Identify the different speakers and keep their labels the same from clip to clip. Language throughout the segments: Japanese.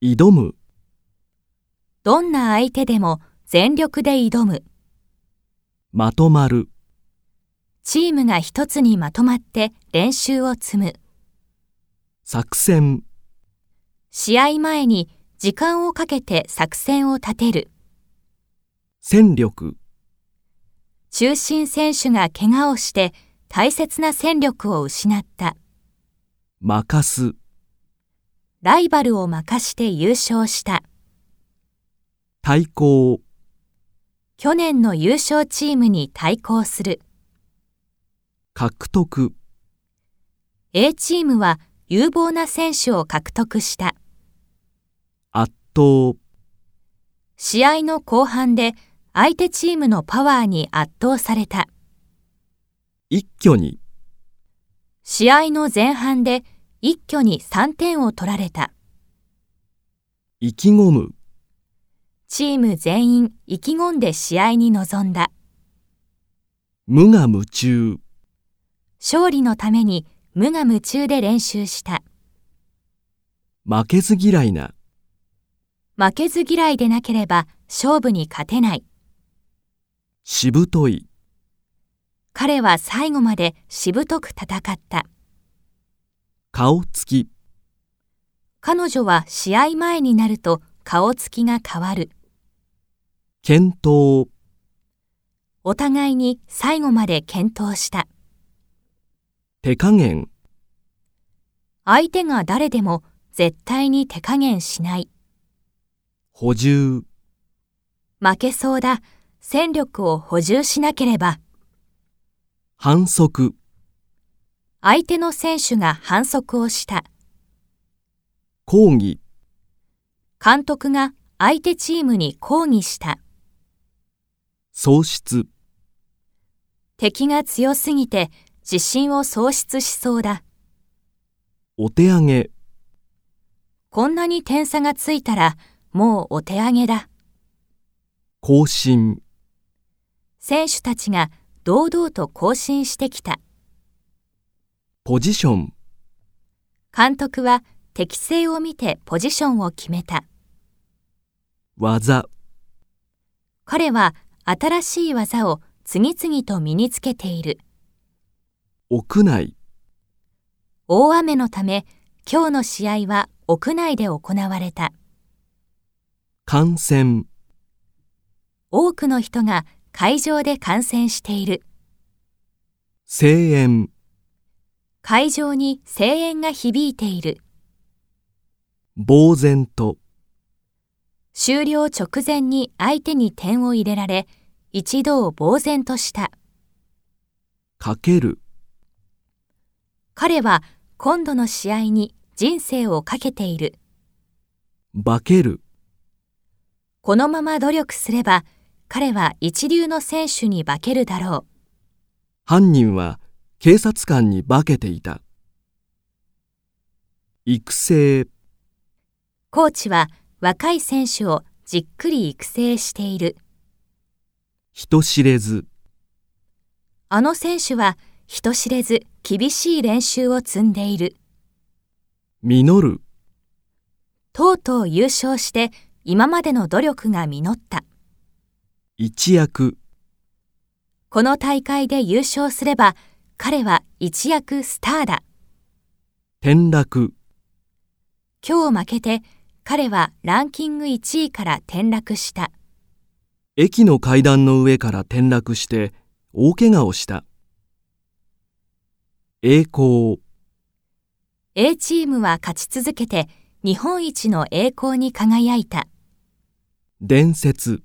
Speaker 1: 挑む、
Speaker 2: どんな相手でも全力で挑む。
Speaker 1: まとまる、
Speaker 2: チームが一つにまとまって練習を積む。
Speaker 1: 作戦、
Speaker 2: 試合前に時間をかけて作戦を立てる。
Speaker 1: 戦力、
Speaker 2: 中心選手が怪我をして大切な戦力を失った。
Speaker 1: 任す、
Speaker 2: ライバルを任して優勝した。
Speaker 1: 対抗、
Speaker 2: 去年の優勝チームに対抗する。
Speaker 1: 獲得、
Speaker 2: A チームは有望な選手を獲得した。
Speaker 1: 圧倒、
Speaker 2: 試合の後半で相手チームのパワーに圧倒された。
Speaker 1: 一挙に、
Speaker 2: 試合の前半で一挙に3点を取られた。
Speaker 1: 意気込む、
Speaker 2: チーム全員意気込んで試合に臨んだ。
Speaker 1: 無我夢中、
Speaker 2: 勝利のために無我夢中で練習した。
Speaker 1: 負けず嫌いな、
Speaker 2: 負けず嫌いでなければ勝負に勝てない。
Speaker 1: しぶとい、
Speaker 2: 彼は最後までしぶとく戦った。
Speaker 1: 顔つき、
Speaker 2: 彼女は試合前になると顔つきが変わる。
Speaker 1: 検討、
Speaker 2: お互いに最後まで検討した。
Speaker 1: 手加減、
Speaker 2: 相手が誰でも絶対に手加減しない。
Speaker 1: 補充、
Speaker 2: 負けそうだ。戦力を補充しなければ、
Speaker 1: 反則、
Speaker 2: 相手の選手が反則をした。
Speaker 1: 抗議、
Speaker 2: 監督が相手チームに抗議した。
Speaker 1: 喪失、
Speaker 2: 敵が強すぎて自信を喪失しそうだ。
Speaker 1: お手上げ、
Speaker 2: こんなに点差がついたらもうお手上げだ。
Speaker 1: 更新、
Speaker 2: 選手たちが堂々と更新してきた。
Speaker 1: ポジション、
Speaker 2: 監督は適性を見てポジションを決めた。
Speaker 1: 技、
Speaker 2: 彼は新しい技を次々と身につけている。
Speaker 1: 屋内、
Speaker 2: 大雨のため今日の試合は屋内で行われた。
Speaker 1: 感染、
Speaker 2: 多くの人が会場で観戦している。
Speaker 1: 声援、
Speaker 2: 会場に声援が響いている。
Speaker 1: 呆然と、
Speaker 2: 終了直前に相手に点を入れられ、一度呆然とした。
Speaker 1: かける、
Speaker 2: 彼は今度の試合に人生をかけている。
Speaker 1: 化ける、
Speaker 2: このまま努力すれば、彼は一流の選手に化けるだろう。
Speaker 1: 犯人は警察官に化けていた。育成、
Speaker 2: コーチは若い選手をじっくり育成している。
Speaker 1: 人知れず、
Speaker 2: あの選手は人知れず厳しい練習を積んでいる。
Speaker 1: 実る、
Speaker 2: とうとう優勝して今までの努力が実った。
Speaker 1: 一躍、
Speaker 2: この大会で優勝すれば彼は一躍スターだ。
Speaker 1: 転落、
Speaker 2: 今日負けて彼はランキング1位から転落した。
Speaker 1: 駅の階段の上から転落して大怪我をした。栄光、
Speaker 2: A チームは勝ち続けて日本一の栄光に輝いた。
Speaker 1: 伝説。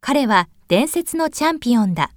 Speaker 2: 彼は伝説のチャンピオンだ。